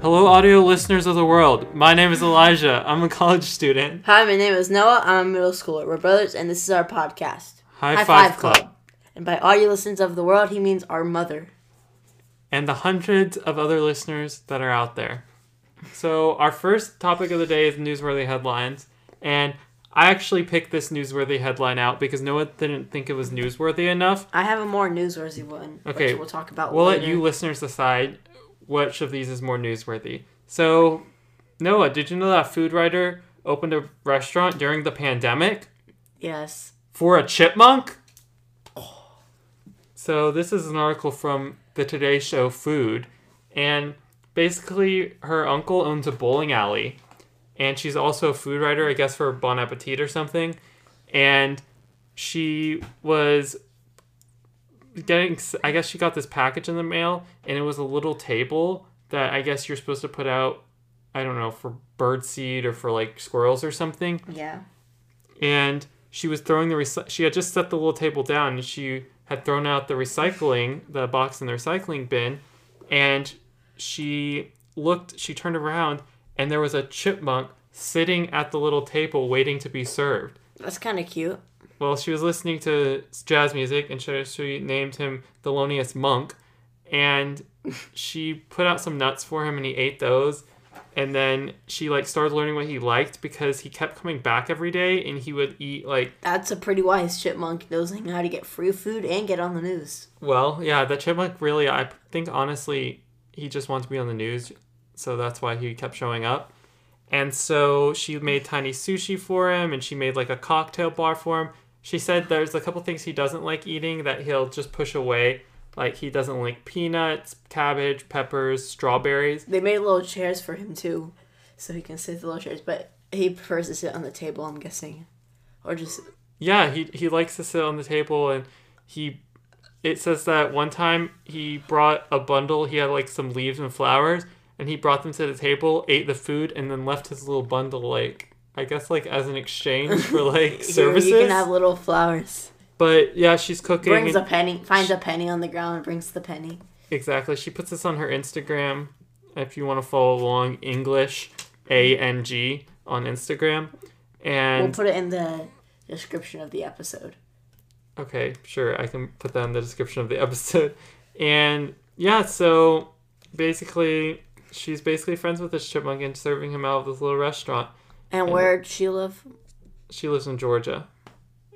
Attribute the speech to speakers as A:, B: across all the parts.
A: Hello, audio listeners of the world. My name is Elijah. I'm a college student.
B: Hi, my name is Noah. I'm a middle schooler. We're brothers, and this is our podcast,
A: High,
B: High
A: Five,
B: Five
A: Club.
B: Club. And by audio listeners of the world, he means our mother.
A: And the hundreds of other listeners that are out there. So, our first topic of the day is newsworthy headlines. And I actually picked this newsworthy headline out because no one didn't think it was newsworthy enough.
B: I have a more newsworthy one,
A: Okay,
B: which we'll talk about
A: We'll
B: later.
A: let you listeners decide which of these is more newsworthy. So, Noah, did you know that Food Writer opened a restaurant during the pandemic?
B: Yes.
A: for a chipmunk? So this is an article from the Today Show Food, and basically her uncle owns a bowling alley, and she's also a food writer, I guess for Bon Appetit or something, and she was getting I guess she got this package in the mail, and it was a little table that I guess you're supposed to put out, I don't know, for bird seed or for like squirrels or something,
B: Yeah.
A: and she was throwing the recy- she had just set the little table down and she had thrown out the recycling the box in the recycling bin and she looked she turned around and there was a chipmunk sitting at the little table waiting to be served
B: That's kind of cute.
A: well she was listening to jazz music and she, she named him thelonious monk and she put out some nuts for him and he ate those and then she like started learning what he liked because he kept coming back every day and he would eat like
B: That's a pretty wise chipmunk knowing how to get free food and get on the news.
A: Well, yeah, the chipmunk really, I think honestly, he just wants to be on the news, so that's why he kept showing up. And so she made tiny sushi for him, and she made like a cocktail bar for him. She said there's a couple things he doesn't like eating that he'll just push away. Like he doesn't like peanuts, cabbage, peppers, strawberries.
B: They made little chairs for him too, so he can sit at the little chairs. But he prefers to sit on the table, I'm guessing, or just
A: Yeah, he he likes to sit on the table, and he. It says that one time he brought a bundle. He had like some leaves and flowers, and he brought them to the table, ate the food, and then left his little bundle like I guess like as an exchange for like
B: Here,
A: services.
B: you can have little flowers.
A: but yeah, she's cooking.
B: Brings
A: and-
B: a penny, finds a penny on the ground, and brings the penny.
A: Exactly. She puts this on her Instagram. If you want to follow along, English A N G on Instagram.
B: We'll
A: And
B: put it in the description of the episode.
A: Okay, sure. I can put that in the description of the episode. And yeah, so basically, she's basically friends with this chipmunk and serving him out of this little restaurant.
B: And
A: And-
B: where she live?
A: She lives in Georgia,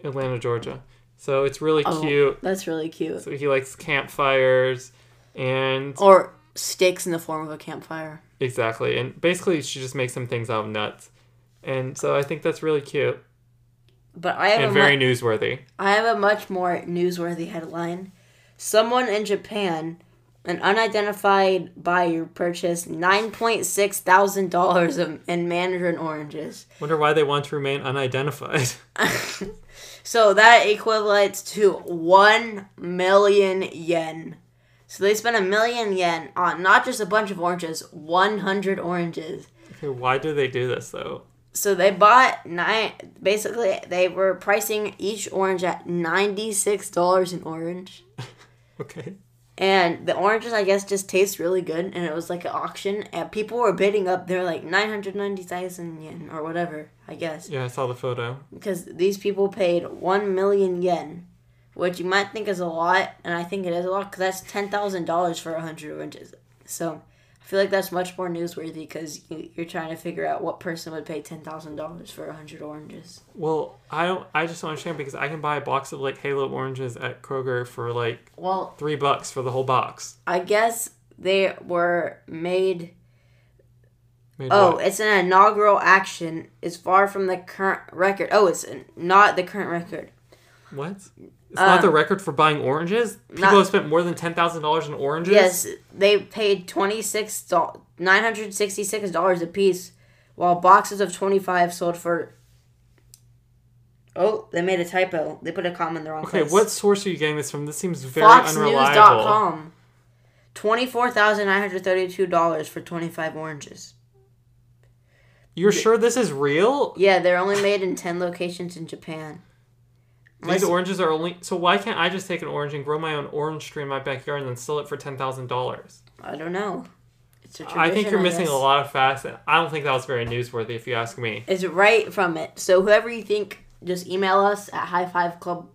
A: Atlanta, Georgia. So it's really
B: Oh.
A: cute.
B: That's really cute.
A: So he likes campfires and
B: Or sticks in the form of a campfire.
A: exactly. And basically, she just makes him things out of nuts. And so I think that's really cute
B: But I have
A: and
B: a
A: very
B: mu-
A: newsworthy.
B: I have a much more newsworthy headline. Someone in Japan, an unidentified buyer purchased nine point six thousand dollars in Mandarin oranges.
A: Wonder why they want to remain unidentified.
B: So that equates to 1 million yen. So they spent a million yen on not just a bunch of oranges, 100 oranges.
A: okay, why do they do this though?
B: So they bought nine, basically, they were pricing each orange at $96 an orange.
A: Okay.
B: And the oranges, I guess, just taste really good. And it was like an auction, and people were bidding up. They're like 990,000 yen or whatever, I guess.
A: Yeah, I saw the photo.
B: because these people paid 1 million yen, which you might think is a lot, and I think it is a lot because that's $10,000 for 100 oranges. So I feel like that's much more newsworthy because you're trying to figure out what person would pay $10,000 for 100 oranges.
A: Well, I don't. I just don't understand because I can buy a box of like Halo oranges at Kroger for like
B: Well,
A: three bucks for the whole box.
B: I guess they were made.
A: Made
B: Oh,
A: what?
B: it's an inaugural action. It's far from the current record. Oh, it's not the current record.
A: what? It's not the record for buying oranges. People
B: Um, not-
A: have spent more than ten thousand dollars in oranges.
B: Yes, they paid twenty six nine hundred sixty six dollars a piece, while boxes of twenty five sold for. Oh, they made a typo. They put a comma in the wrong
A: Okay,
B: place.
A: what source are you getting this from? This seems very unreliable.
B: FoxNews.com. Twenty four thousand nine hundred thirty two dollars for twenty five oranges.
A: You're sure this is real?
B: Yeah, they're only made in ten locations in Japan.
A: These
B: Listen-
A: oranges are only. So why can't I just take an orange and grow my own orange tree in my backyard and then sell it for ten thousand dollars?
B: I don't know. it's a tradition.
A: I think you're missing
B: guess.
A: a lot of facts, and I don't think that was very newsworthy, if you ask me.
B: It's right from it. So whoever you think, just email us at high five club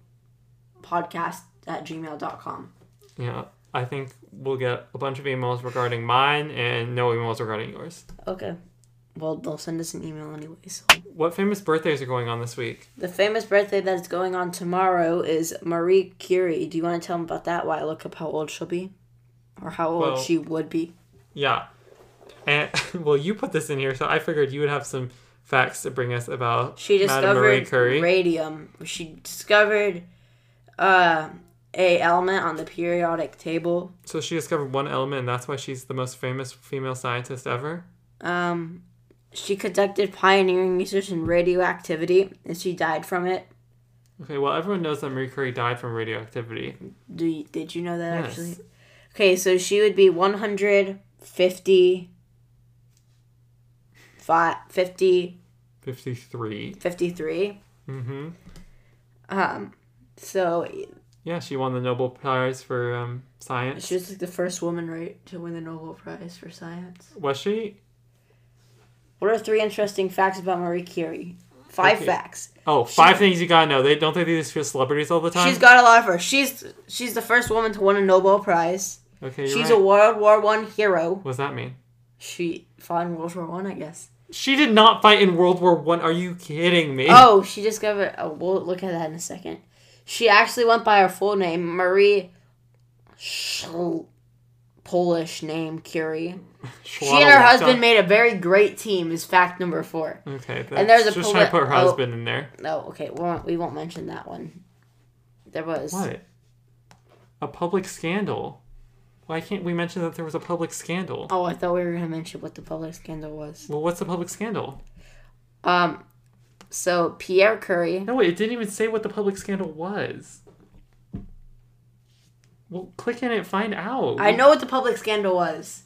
B: podcast at gmail.com.
A: Yeah, I think we'll get a bunch of emails regarding mine and no emails regarding yours.
B: Okay. Well, they'll send us an email anyway. So.
A: What famous birthdays are going on this week?
B: The famous birthday that is going on tomorrow is Marie Curie. Do you want to tell them about that while I look up how old she'll be? Or how old
A: Well-
B: she would be?
A: Yeah. And well, you put this in here, so I figured you would have some facts to bring us about
B: She
A: Madame Marie
B: discovered
A: Curie.
B: radium. She discovered uh, a element on the periodic table.
A: so she discovered one element, and that's why she's the most famous female scientist ever.
B: Um, she conducted pioneering research in radioactivity, and she died from it.
A: Okay, well, everyone knows that Marie Curie died from radioactivity.
B: Do you, did you know that
A: Yes.
B: actually? Okay, so she would be 150, fi- 50,
A: 53.
B: 53.
A: hmm
B: Um, so
A: Yeah, she won the Nobel Prize for um, science.
B: she was like the first woman, right, to win the Nobel Prize for science.
A: Was she?
B: What are three interesting facts about Marie Curie? Five
A: Okay.
B: facts.
A: Oh, five things you gotta know. They don't they do this for celebrities all the time.
B: She's got a lot of her. She's she's the first woman to win a Nobel Prize.
A: okay, you're
B: she's
A: right.
B: a World War One hero.
A: What does that mean?
B: She fought in World War One, I, guess.
A: She did not fight in World War One. Are you kidding me?
B: Oh, she discovered. Oh, we'll look at that in a second. She actually went by her full name, Marie. Schl- Polish name Curie. She and her husband made a very great team. Is fact number four.
A: Okay, that's
B: And there's a
A: just trying to
B: poli-
A: put her
B: oh.
A: husband in there.
B: No, okay, we won't, we won't mention that one. There was.
A: What? A public scandal. Why can't we mention that there was a public scandal?
B: Oh, I thought we were gonna mention what the public scandal was.
A: Well, what's the public scandal?
B: Um, so Pierre Curie.
A: No, wait, it didn't even say what the public scandal was. Well, click in it, find out.
B: I know what the public scandal was.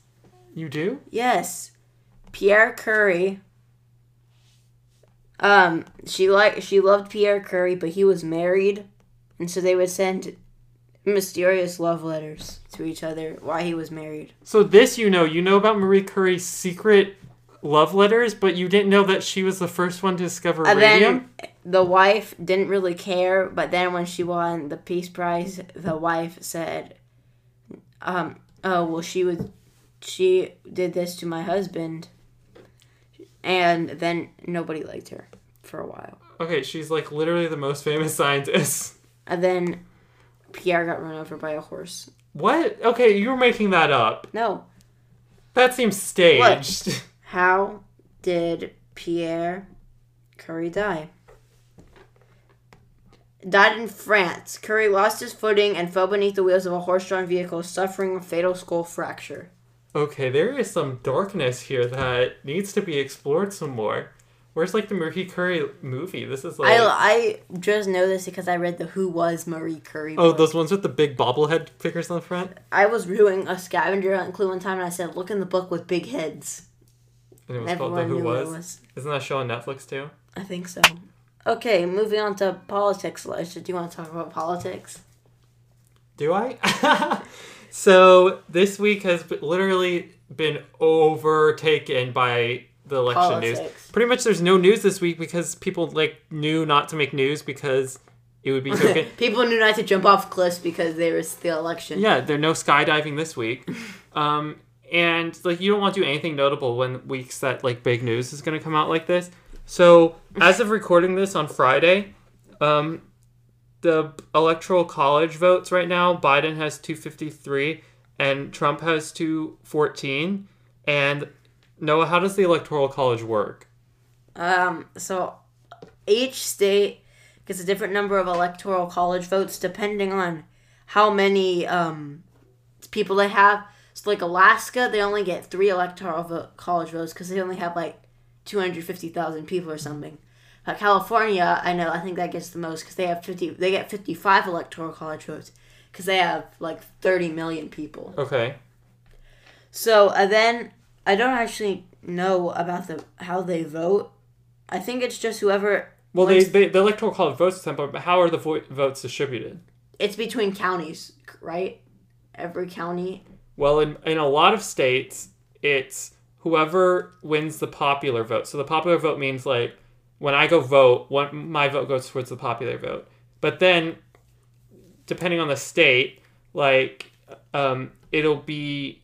A: You do?
B: Yes, Pierre Curie. Um, she like she loved Pierre Curie, but he was married, and so they would send mysterious love letters to each other while he was married.
A: So this you know, you know about Marie Curie's secret love letters, but you didn't know that she was the first one to discover
B: And
A: radium.
B: then the wife didn't really care, but then when she won the Peace Prize, the wife said, um, oh, well, she was, she did this to my husband. And then nobody liked her for a while.
A: Okay, she's like literally the most famous scientist.
B: And then Pierre got run over by a horse.
A: What? Okay, you were making that up.
B: No.
A: That seems staged.
B: How did Pierre Curry die? Died in France. Curry lost his footing and fell beneath the wheels of a horse drawn vehicle, suffering a fatal skull fracture.
A: Okay, there is some darkness here that needs to be explored some more. Where's like the Marie Curie movie? This is like
B: I, I just know this because I read the Who Was Marie Curry
A: oh,
B: book.
A: those ones with the big bobblehead figures on the front,
B: I was doing a scavenger hunt clue one time and I said, Look in the book with big heads.
A: and it was called the
B: Everyone
A: Who
B: knew
A: was.
B: it was.
A: Isn't that show on Netflix too?
B: I think so. Okay, moving on to politics, Elijah. Do you want to talk about politics?
A: Do I? so this week has b- literally been overtaken by the election
B: Politics.
A: news. Pretty much, there's no news this week because people like knew not to make news because it would be token.
B: People knew not to jump off cliffs because there was the election.
A: Yeah, there are no skydiving this week. Um, and like you don't want to do anything notable when weeks that like big news is going to come out like this. So as of recording this on Friday, um, the electoral college votes right now, Biden has 253 and Trump has 214. And Noah, how does the electoral college work?
B: Um, so each state gets a different number of electoral college votes depending on how many um, people they have. So, like Alaska, they only get three electoral vote, college votes because they only have like 250,000 people or something. Uh, California, I know, I think that gets the most because they have 50, they get 55 electoral college votes because they have like 30 million people.
A: Okay.
B: So uh, then I don't actually know about the how they vote. I think it's just whoever.
A: Well, they,
B: wins-
A: they, the electoral college votes, but how are the vo- votes distributed?
B: it's between counties, right? Every county.
A: Well, in, in a lot of states, it's whoever wins the popular vote. So the popular vote means like when I go vote, one, my vote goes towards the popular vote. But then, depending on the state, like um, it'll be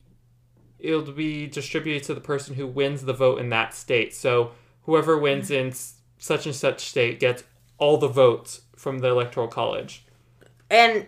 A: it'll be distributed to the person who wins the vote in that state. So whoever wins in s- such and such state gets all the votes from the electoral college.
B: And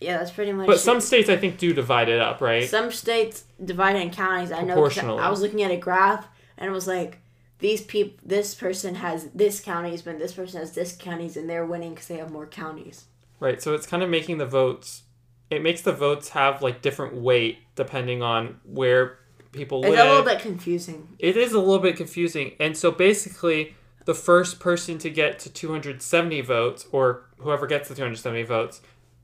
B: yeah, that's pretty much.
A: But
B: it.
A: some states I think do divide it up, right?
B: some states divided in counties. I know. 'cause
A: Proportionally.
B: I was looking at a graph and it was like these people. This person has this counties, but this person has this counties, and they're winning because they have more counties.
A: Right, so it's kind of making the votes. It makes the votes have like different weight depending on where people
B: It's
A: live.
B: a little bit confusing.
A: it is a little bit confusing, and so basically, the first person to get to 270 votes, or whoever gets the 270 votes,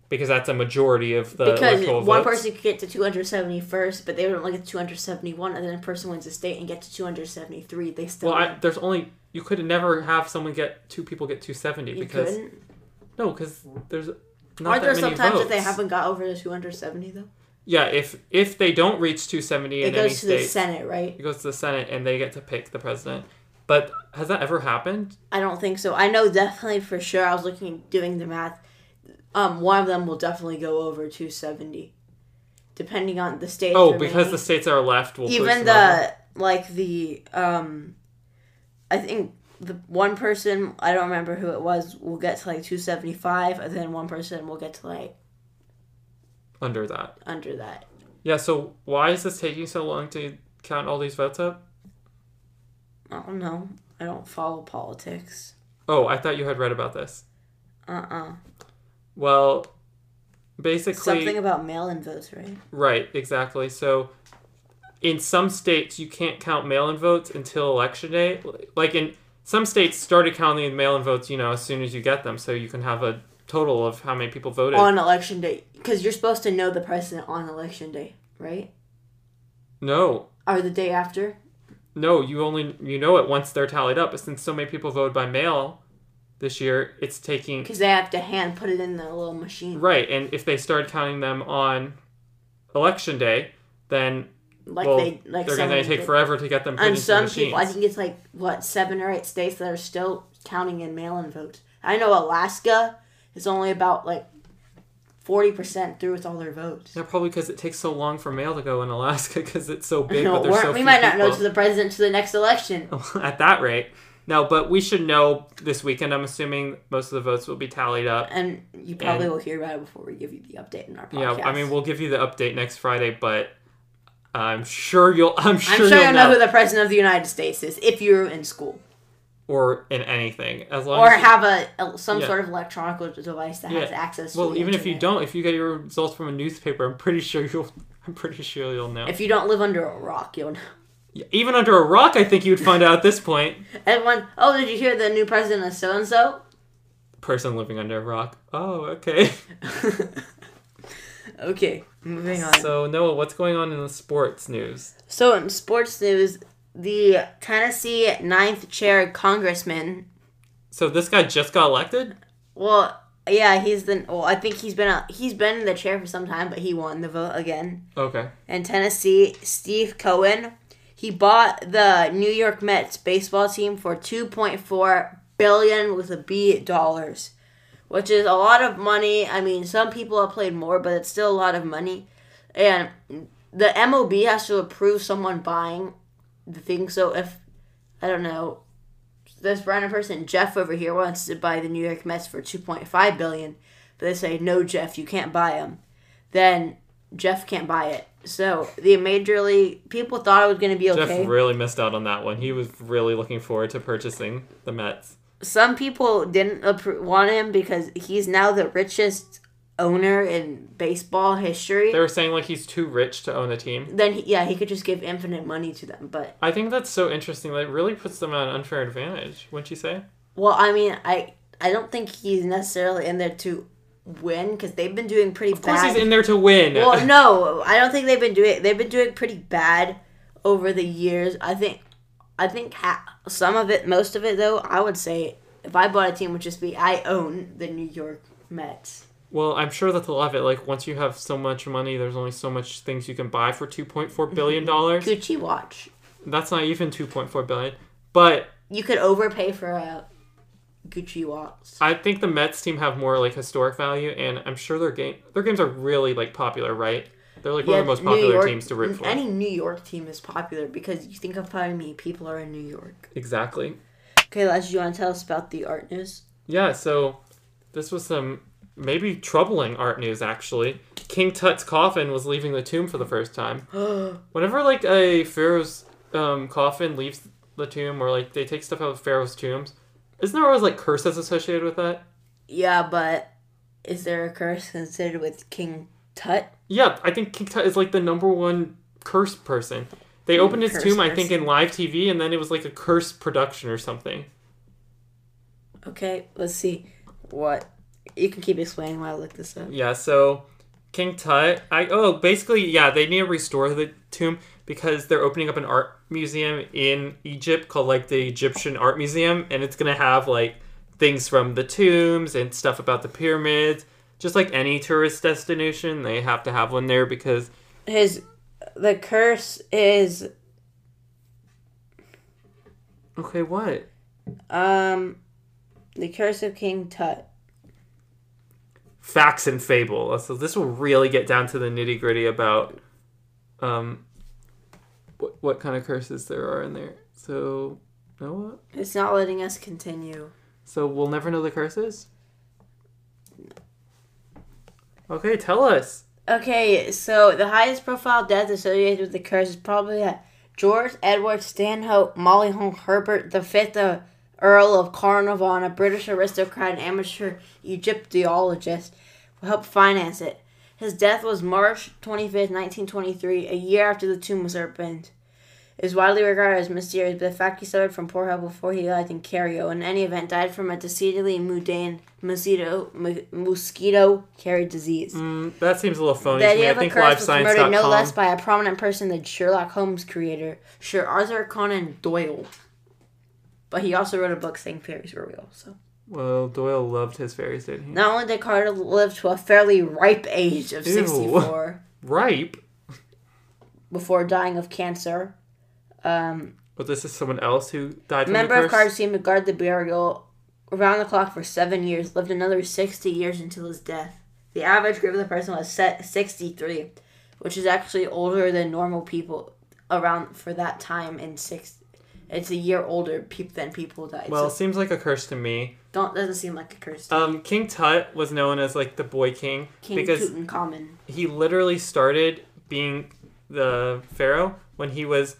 A: because that's a majority of the
B: Because
A: electoral
B: one
A: votes.
B: person could get to 270 first, but they wouldn't look at 271, and then a person wins a state and gets to 273. They still
A: Well, I,
B: win.
A: there's only you could never have someone get two people get 270
B: you
A: because
B: couldn't.
A: no, because there's not
B: Aren't there
A: that many
B: sometimes times
A: votes.
B: that they haven't got over the 270 though?
A: Yeah, if if they don't reach 270 in
B: It
A: any
B: goes to the
A: state,
B: Senate, right?
A: It goes to the Senate and they get to pick the president. But has that ever happened?
B: I don't think so. I know definitely for sure. I was looking doing the math. Um, one of them will definitely go over 270, depending on the state.
A: Oh,
B: remaining.
A: because the states that are left will push
B: even
A: them over.
B: the like the um, I think the one person I don't remember who it was will get to like 275, and then one person will get to like
A: under that.
B: under that.
A: Yeah. So why is this taking so long to count all these votes up?
B: I don't know. I don't follow politics.
A: Oh, I thought you had read about this.
B: Uh uh
A: Well, basically,
B: Something about mail-in votes, right?
A: right? Exactly. So. In some states, you can't count mail-in votes until election day. Like in some states, started counting mail-in votes, you know, as soon as you get them, so you can have a total of how many people voted.
B: on election day because you're supposed to know the president on election day right
A: no,
B: or the day after
A: No, you only you know it once they're tallied up. But since so many people voted by mail this year, it's taking
B: because they have to hand put it in the little machine
A: right. And if they started counting them on election day, then
B: like
A: well,
B: they like
A: they're
B: some
A: gonna take
B: did.
A: forever to get them put
B: and
A: into the
B: some people i
A: machines.
B: think it's like what seven or eight states that are still counting in mail-in votes i know alaska is only about like 40% through with all their votes
A: Yeah, probably because it takes so long for mail to go in Alaska because it's so big.
B: no,
A: but there's
B: we're-
A: so
B: we
A: few
B: might not know
A: people.
B: to the president to the next election
A: at that rate. No, but we should know this weekend. I'm assuming most of the votes will be tallied up.
B: and you probably
A: And-
B: will hear about it before we give you the update in our
A: Yeah,
B: podcast
A: I mean we'll give you the update next Friday, but I'm sure you'll. I'm sure,
B: i'm sure,
A: you'll
B: you'll know who the president of the united states is if you're in school
A: or in anything as long
B: or
A: as
B: have a, a- some
A: Yeah.
B: sort of electronic device that has
A: Yeah.
B: access.
A: well
B: to the
A: even if you
B: internet.
A: don't if you get your results from a newspaper i'm pretty sure you'll i'm pretty sure you'll know
B: if you don't live under a rock, you'll know.
A: Yeah, even under a rock i think you'd find out at this point
B: Everyone, oh, did you hear the new president of so and so?
A: person living under a rock oh okay
B: Okay, moving on.
A: so noah what's going on in the sports news
B: So in sports news, the Tennessee ninth chair congressman.
A: so this guy just got elected
B: Well, yeah, he's the. Well, I think he's been a, he's been the chair for some time, but he won the vote again.
A: okay
B: And Tennessee, Steve Cohen, he bought the New York Mets baseball team for 2.4 billion with a B dollars, which is a lot of money. I mean, some people have played more, but it's still a lot of money. And the MOB has to approve someone buying the thing. So if I don't know, this random person Jeff over here wants to buy the New York Mets for 2.5 billion, but they say no, Jeff, you can't buy them. Then Jeff can't buy it. So the major league people thought it was going to be
A: jeff
B: okay.
A: really missed out on that one he was really looking forward to purchasing the mets
B: Some people didn't appro- want him because he's now the richest owner in baseball history.
A: they were saying like he's too rich to own the team
B: then he, yeah, he could just give infinite money to them, but
A: i think that's so interesting that really puts them at an unfair advantage wouldn't you say
B: Well, I mean, I I don't think he's necessarily in there to win because they've been doing pretty
A: of course
B: bad.
A: he's in there to win
B: well, no, I don't think they've been doing. They've been doing pretty bad over the years. I think, I think ha- some of it, most of it though, I would say, if I bought a team, would just be I own the New York Mets.
A: Well, I'm sure that's a lot of it. Like once you have so much money, there's only so much things you can buy for 2.4 billion
B: Mm-hmm.
A: dollars.
B: Gucci watch.
A: That's not even 2.4 billion. But
B: You could overpay for a Gucci watch.
A: I think the Mets team have more like historic value, and I'm sure their game their games are really like popular, right? They're like one of the most
B: New
A: popular
B: York-
A: teams to root for.
B: Any New York team is popular because you think of how many people are in New York.
A: exactly.
B: Okay, Les, you want to tell us about the art news?
A: Yeah. So this was some maybe troubling art news actually. King Tut's coffin was leaving the tomb for the first time. Whenever like a pharaoh's um, coffin leaves the tomb, or like they take stuff out of pharaoh's tombs, isn't there always like curses associated with that?
B: yeah, but is there a curse considered with King Tut?
A: Yeah, I think King Tut is like the number one cursed person. They opened his
B: cursed
A: tomb, I think, in live TV, and then it was like a cursed production or something.
B: Okay, let's see what you can keep explaining while I look this up.
A: Yeah, so King Tut, I oh, basically, yeah, they need to restore the tomb because they're opening up an art museum in Egypt called like the Egyptian Art Museum, and it's gonna have like things from the tombs and stuff about the pyramids. Just like any tourist destination, they have to have one there because
B: His the curse is
A: okay, what?
B: um the curse of King Tut.
A: facts and fable. So this will really get down to the nitty gritty about um, what, what kind of curses there are in there. So, know what?
B: It's not letting us continue.
A: So we'll never know the curses. Okay, tell us.
B: Okay, so the highest profile death associated with the curse is probably uh, George Edward Stanhope Mollyhone Herbert, the fifth uh, Earl of Carnarvon, a British aristocrat and amateur Egyptologist, who helped finance it. His death was March 25th, 1923, a year after the tomb was opened. It is widely regarded as mysterious, but the fact he suffered from poor health before he died in Cairo, in any event, died from a decidedly mundane mosquito, mu- mosquito carried disease.
A: Mm, that seems a little phony
B: The
A: to me.
B: idea
A: I
B: of a
A: think
B: curse was murdered no less
A: livescience.com.
B: by a prominent person than Sherlock Holmes creator Sir Arthur Conan Doyle. But he also wrote a book saying fairies were real. So
A: Well, Doyle loved his fairies, didn't he?
B: not only did Carter live to a fairly ripe age of
A: Ew.
B: sixty-four
A: Ripe.
B: before dying of cancer, um,
A: But this is someone else who died
B: a
A: from
B: member
A: the
B: of
A: curse.
B: Carter's team to guard the burial around the clock for seven years, lived another sixty years until his death. The average grave of the person was set sixty-three, which is actually older than normal people around for that time in six. It's a year older peop than people died.
A: well,
B: so
A: seems like a curse to me.
B: don't doesn't seem like a curse. to me.
A: Um, King Tut was known as like the boy king,
B: King
A: because
B: Tutankhamun.
A: he literally started being the pharaoh when he was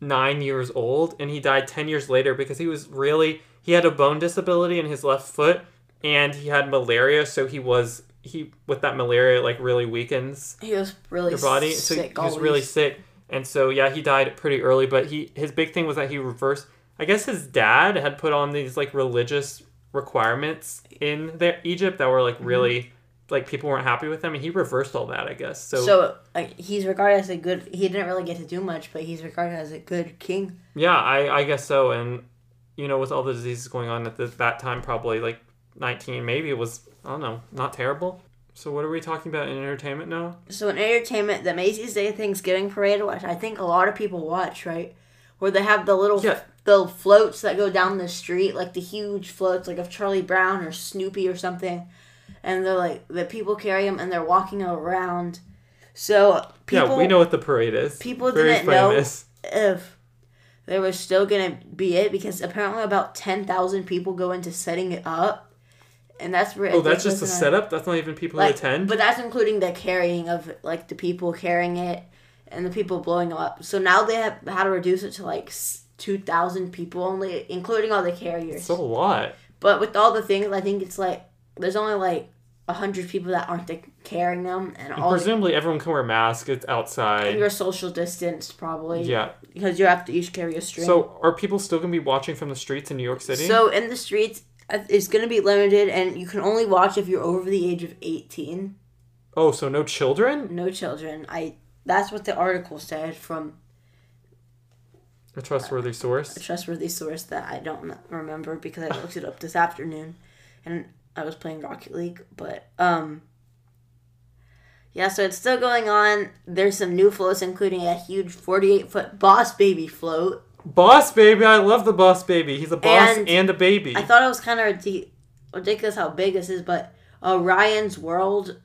A: nine years old, and he died ten years later because he was really he had a bone disability in his left foot, and he had malaria, so he was he with that malaria it, like really weakens
B: He was really
A: your body, so he
B: sick.
A: was
B: always.
A: really sick, and so yeah, he died pretty early. But he his big thing was that he reversed. I guess his dad had put on these like religious requirements in there Egypt that were like
B: Mm-hmm.
A: really like people weren't happy with him, and he reversed all that. I guess so.
B: So like, he's regarded as a good. He didn't really get to do much, but he's regarded as a good king.
A: yeah, I I guess so. And you know, with all the diseases going on at the, that time, probably like nineteen, maybe it was I don't know, not terrible. So what are we talking about in entertainment now?
B: So in entertainment, the Macy's Day Thanksgiving Parade, which I think a lot of people watch, right? Where they have the little
A: Yeah.
B: the floats that go down the street, like the huge floats, like of Charlie Brown or Snoopy or something, and they're like the people carry them and they're walking around. So people,
A: yeah, we know what the parade is.
B: people
A: Very
B: didn't know-
A: famous.
B: if there was still gonna be it because apparently about ten thousand people go into setting it up, and that's where
A: Oh, that's just a
B: a
A: setup. That's not even people
B: like,
A: who attend.
B: But that's including the carrying of like the people carrying it and the people blowing them up. So now they have how to reduce it to like two thousand people only, including all the carriers.
A: It's a lot.
B: but with all the things, I think it's like there's only like hundred people that aren't the, carrying them, and all the,
A: Presumably, everyone can wear masks. It's outside.
B: you're social distanced probably.
A: Yeah.
B: because you have to each carry a string.
A: So, are people still gonna be watching from the streets in New York City?
B: So in the streets, uh, it's gonna be limited, and you can only watch if you're over the age of eighteen.
A: oh, so no children?
B: No children. I. That's what the article said from
A: A trustworthy source.
B: a trustworthy source that I don't remember because I looked it up this afternoon, and I was playing Rocket League, but um yeah, so it's still going on. There's some new floats, including a huge 48 foot boss baby float.
A: Boss baby, I love the boss baby. He's a boss and,
B: And
A: a baby.
B: I thought it was kind of ridic- ridiculous how big this is, but Orion's World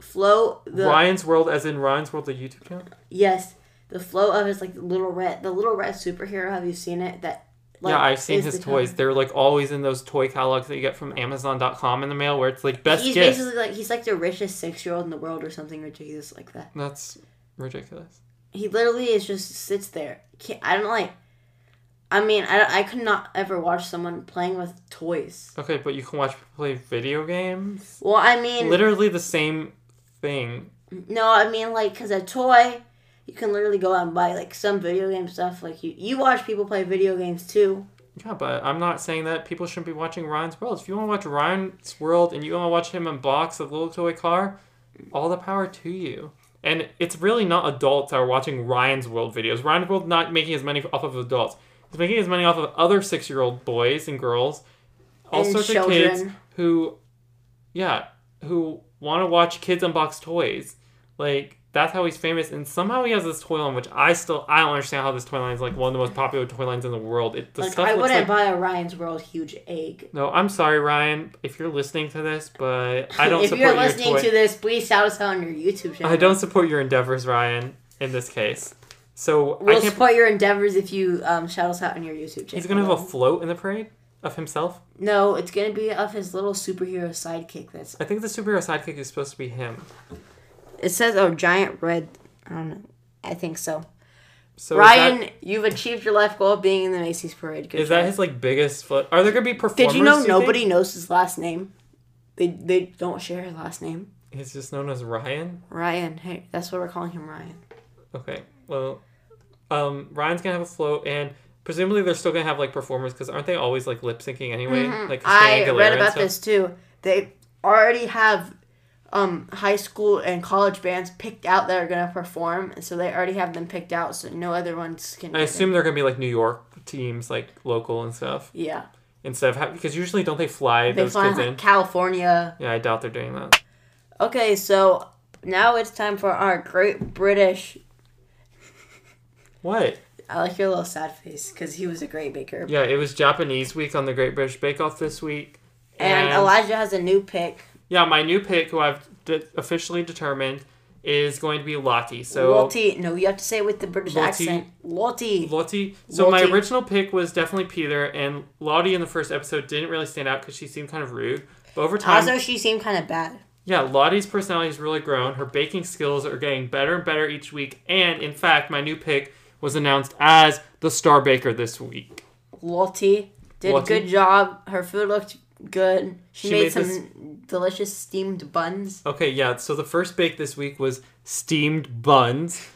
B: float. The,
A: Ryan's World, as in Ryan's World, the YouTube channel.
B: Yes, the float of his like little red, the little red superhero. Have you seen it? That like,
A: yeah, I've seen
B: is
A: his
B: the
A: toys. They're like always in those toy catalogs that you get from Amazon.com in the mail, where it's like best
B: he's
A: gift.
B: basically like he's like the richest six year old in the world or something ridiculous like that.
A: That's ridiculous.
B: He literally is just sits there. Can't, I don't like. I mean, I, I could not ever watch someone playing with toys.
A: Okay, but you can watch people play video games.
B: Well, I mean,
A: Literally the same thing.
B: no, I mean like because a toy, you can literally go out and buy like some video game stuff. Like you, you watch people play video games too.
A: Yeah, but I'm not saying that people shouldn't be watching Ryan's World. If you want to watch Ryan's World and you want to watch him unbox a little toy car, all the power to you. And it's really not adults that are watching Ryan's World videos. Ryan's World not making as many off of adults. He's making as many off of other six-year-old boys and girls, all
B: And
A: sorts of kids
B: children.
A: who, yeah, who want to watch kids unbox toys. Like that's how he's famous. And somehow he has this toy line, which I still I don't understand how this toy line is like one of the most popular toy lines in the world. It the
B: Like
A: stuff
B: I
A: looks like
B: wouldn't buy a Ryan's World huge egg.
A: no, I'm sorry, Ryan, if you're listening to this, but I don't
B: if
A: support
B: you're
A: your
B: listening
A: toy.
B: to this, please shout us out on your YouTube channel.
A: I don't support your endeavors, Ryan, in this case. So I
B: We'll
A: can't.
B: support your endeavors if you um, shout us out on your YouTube channel.
A: He's gonna have a float in the parade of himself.
B: no. It's gonna be of his little superhero sidekick. That's
A: I think the superhero sidekick is supposed to be him.
B: it says a giant red. I don't know. I think so.
A: So is that-
B: Ryan, you've achieved your life goal of being in the Macy's parade. Good
A: is that
B: job.
A: his like biggest float? Are there gonna be performers?
B: Did you know
A: think?
B: nobody knows his last name? They they don't share his last name.
A: He's just known as Ryan.
B: Ryan. Hey, that's what we're calling him, Ryan.
A: Okay, well, um, Ryan's gonna have a float, and presumably they're still gonna have like performers because aren't they always like lip syncing anyway? Like Christina
B: Mm-hmm. I
A: Aguilera
B: read
A: and
B: about
A: stuff?
B: this too. They already have um, high school and college bands picked out that are gonna perform, and so they already have them picked out, so no other ones can.
A: I
B: get in.
A: assume they're gonna be like New York teams, like local and stuff,
B: Yeah,
A: instead of ha- because usually don't they fly
B: they
A: those
B: fly
A: kids
B: like,
A: in?
B: California.
A: Yeah, I doubt they're doing that.
B: Okay, so now it's time for our Great British.
A: What?
B: I like your little sad face because he was a great baker.
A: Yeah, it was Japanese Week on the Great British Bake Off this week,
B: And Elijah has a new pick.
A: yeah, my new pick, who I've de- officially determined, is going to be Lottie. So
B: Lottie. No, you have to say it with the British
A: Lottie.
B: accent. Lottie.
A: Lottie. So my
B: Lottie.
A: original pick was definitely Peter, and Lottie in the first episode didn't really stand out because she seemed kind of rude. But over time,
B: Also, she seemed kind of bad.
A: yeah, Lottie's personality has really grown. Her baking skills are getting better and better each week. And in fact, my new pick was announced as the star baker this week.
B: Lottie did
A: Lottie?
B: a good job. Her food looked good. She,
A: She
B: made,
A: made
B: some
A: this-
B: delicious steamed buns,
A: Okay, yeah. So the first bake this week was steamed buns.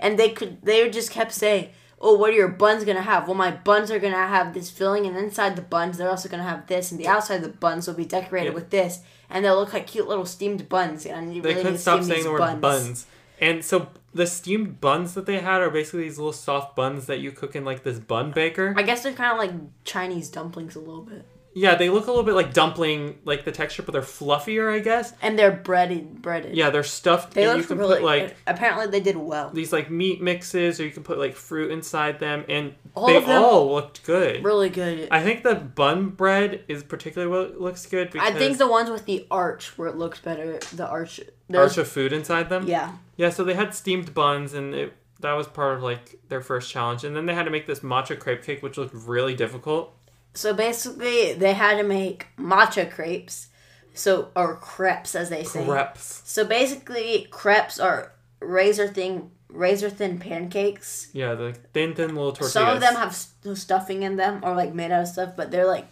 B: and they could they just kept saying, "Oh, what are your buns gonna have? Well, my buns are gonna have this filling, and inside the buns they're also gonna have this, and the outside of the buns will be decorated
A: Yeah.
B: with this, and they'll look like cute little steamed buns." And you
A: They
B: really need
A: couldn't
B: to
A: stop
B: steam
A: saying
B: these
A: the word buns. And so the steamed buns that they had are basically these little soft buns that you cook in like this bun baker.
B: I guess they're kind of like Chinese dumplings a little bit,
A: Yeah, they look a little bit like dumpling, like the texture, but they're fluffier, I guess.
B: and they're breaded, breaded.
A: Yeah, they're stuffed,
B: They
A: and
B: look
A: you can
B: really
A: put like
B: apparently they did well.
A: these like meat mixes, or you can put like fruit inside them, and
B: All
A: they
B: of them-
A: all looked good.
B: Really good.
A: I think the bun bread is particularly what looks good
B: I
A: because
B: think the ones with the arch where it looks better, the arch.
A: arch
B: those-
A: of food inside them.
B: Yeah.
A: Yeah, so they had steamed buns, and it, that was part of like their first challenge, and then they had to make this matcha crepe cake, which looked really difficult.
B: So basically, they had to make matcha crepes, so or crepes as they say.
A: Crepes.
B: So basically, crepes are razor thin, razor thin pancakes.
A: Yeah, the thin, thin little tortillas.
B: Some of them have st- stuffing in them or like made out of stuff, but they're like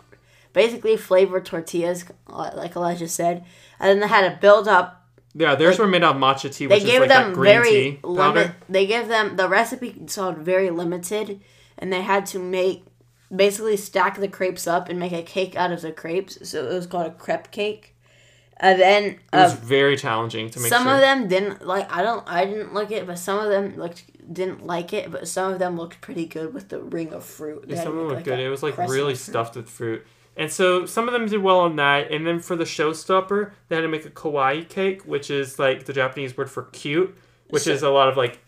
B: basically flavored tortillas, li- like Elijah said. And then they had to build up
A: yeah, theirs were made out of matcha tea,
B: they
A: which is
B: gave
A: like that
B: them
A: green
B: very
A: tea powder.
B: limit. They gave them the recipe sold very limited, and they had to make basically stack the crepes up and make a cake out of the crepes. So it was called a crepe cake. And then
A: It was
B: uh,
A: very challenging to make
B: some
A: sure.
B: of them didn't like. I don't. I didn't like it, but some of them looked didn't like it. But some of them looked pretty good with the ring of fruit. They
A: yeah,
B: had to
A: some of them
B: make,
A: were good.
B: like, a
A: It was like
B: crescent
A: really
B: of fruit.
A: stuffed with fruit. And so some of them did well on that. And then for the showstopper, they had to make a kawaii cake, which is like the Japanese word for cute, which is a lot of like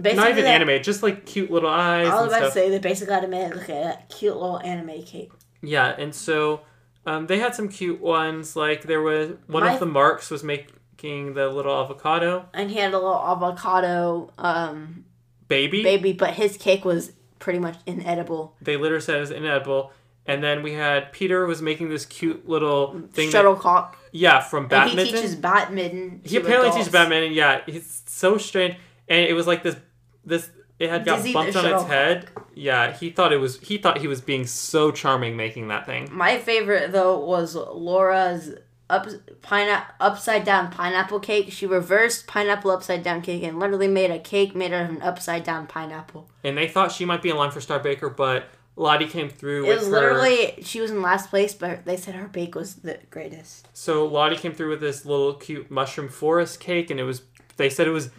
B: Basically,
A: not even
B: they-
A: anime, just like cute little eyes.
B: I was
A: and
B: about to
A: stuff.
B: say they basically had to make look at that cute little anime cake.
A: Yeah, and so um, they had some cute ones. Like there was one
B: My-
A: of the marks was making the little avocado
B: And he had a little avocado um,
A: baby.
B: baby, but his cake was pretty much inedible.
A: They literally said it was inedible. And then we had Peter was making this cute little thing. that-
B: Shuttlecock.
A: yeah, from
B: And
A: badminton.
B: he teaches badminton.
A: He
B: to
A: apparently
B: adults.
A: teaches badminton. Yeah, he's so strange. And it was like this. This it had got
B: Dizzy the
A: bumped on its
B: shuttlecock.
A: head. Yeah, he thought it was. He thought he was being so charming making that thing.
B: My favorite though was Laura's up pineapple upside down pineapple cake. She reversed pineapple upside down cake and literally made a cake made out of an upside down pineapple.
A: And they thought she might be in line for Star Baker, but Lottie came through.
B: It
A: with
B: was
A: her-
B: literally she was in last place, but they said her bake was the greatest.
A: So Lottie came through with this little cute mushroom forest cake, and it was. They said it was.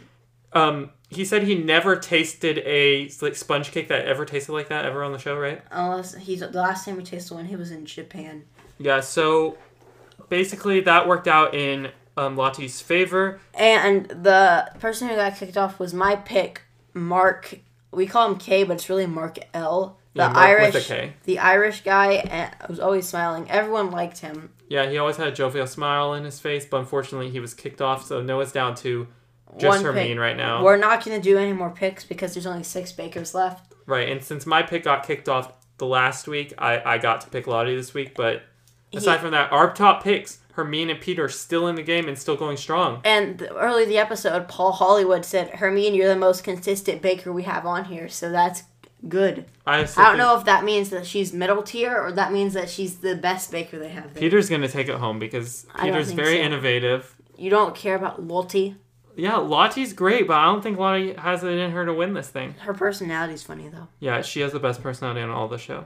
A: Um, he said he never tasted a like sponge cake that ever tasted like that ever on the show, right?
B: Unless he's the last time we tasted one, he was in Japan.
A: Yeah. So basically, that worked out in um, Lottie's favor.
B: And the person who got kicked off was my pick, Mark. We call him K, but it's really Mark L. The
A: Yeah, Mark with
B: Irish,
A: a K.
B: the Irish guy, and was always smiling. Everyone liked him.
A: Yeah, he always had a jovial smile in his face, but unfortunately, he was kicked off. So Noah's down to just
B: One
A: Hermine
B: pick.
A: right now.
B: We're not gonna do any more picks because there's only six bakers left.
A: Right, and since my pick got kicked off the last week, I, I got to pick Lottie this week. But aside
B: He-
A: from that, our top picks, Hermine and Peter, are still in the game and still going strong.
B: And th- early in the episode, Paul Hollywood said, "Hermine, you're the most consistent baker we have on here, so that's good."
A: I, still
B: I don't
A: think
B: know if that means that she's middle tier or that means that she's the best baker they have. There.
A: Peter's going to take it home because
B: I don't
A: Peter's
B: think
A: very
B: so.
A: innovative.
B: You don't care about Lottie.
A: Yeah, Lottie's great, but I don't think Lottie has it in her to win this thing.
B: Her personality's funny though.
A: Yeah, she has the best personality on all the show.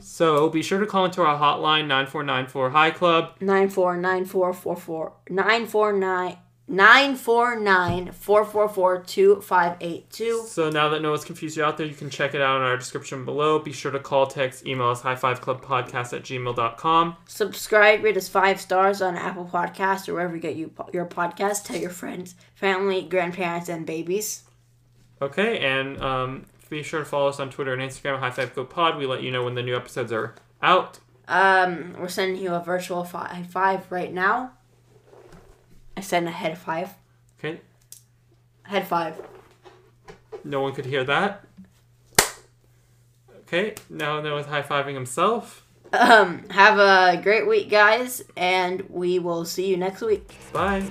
A: So be sure to call into our hotline 9494 High Club.
B: Nine four nine four four four nine four nine nine four nine four four four two five eight two.
A: So now that no one's confused you out there, you can check it out in our description below. Be sure to call, text, email us, high five club podcast at gmail.com.
B: Subscribe, rate us five stars on Apple Podcasts or wherever you get you, your podcast. Tell your friends, family, grandparents, and babies.
A: Okay, and um, be sure to follow us on Twitter and Instagram, high five club pod. We let you know when the new episodes are out.
B: Um, we're sending you a virtual fi- five right now. I sent a head five.
A: Okay,
B: Head five.
A: no one could hear that. Okay, now no one's high fiving himself.
B: Um, have a great week, guys, and we will see you next week.
A: Bye.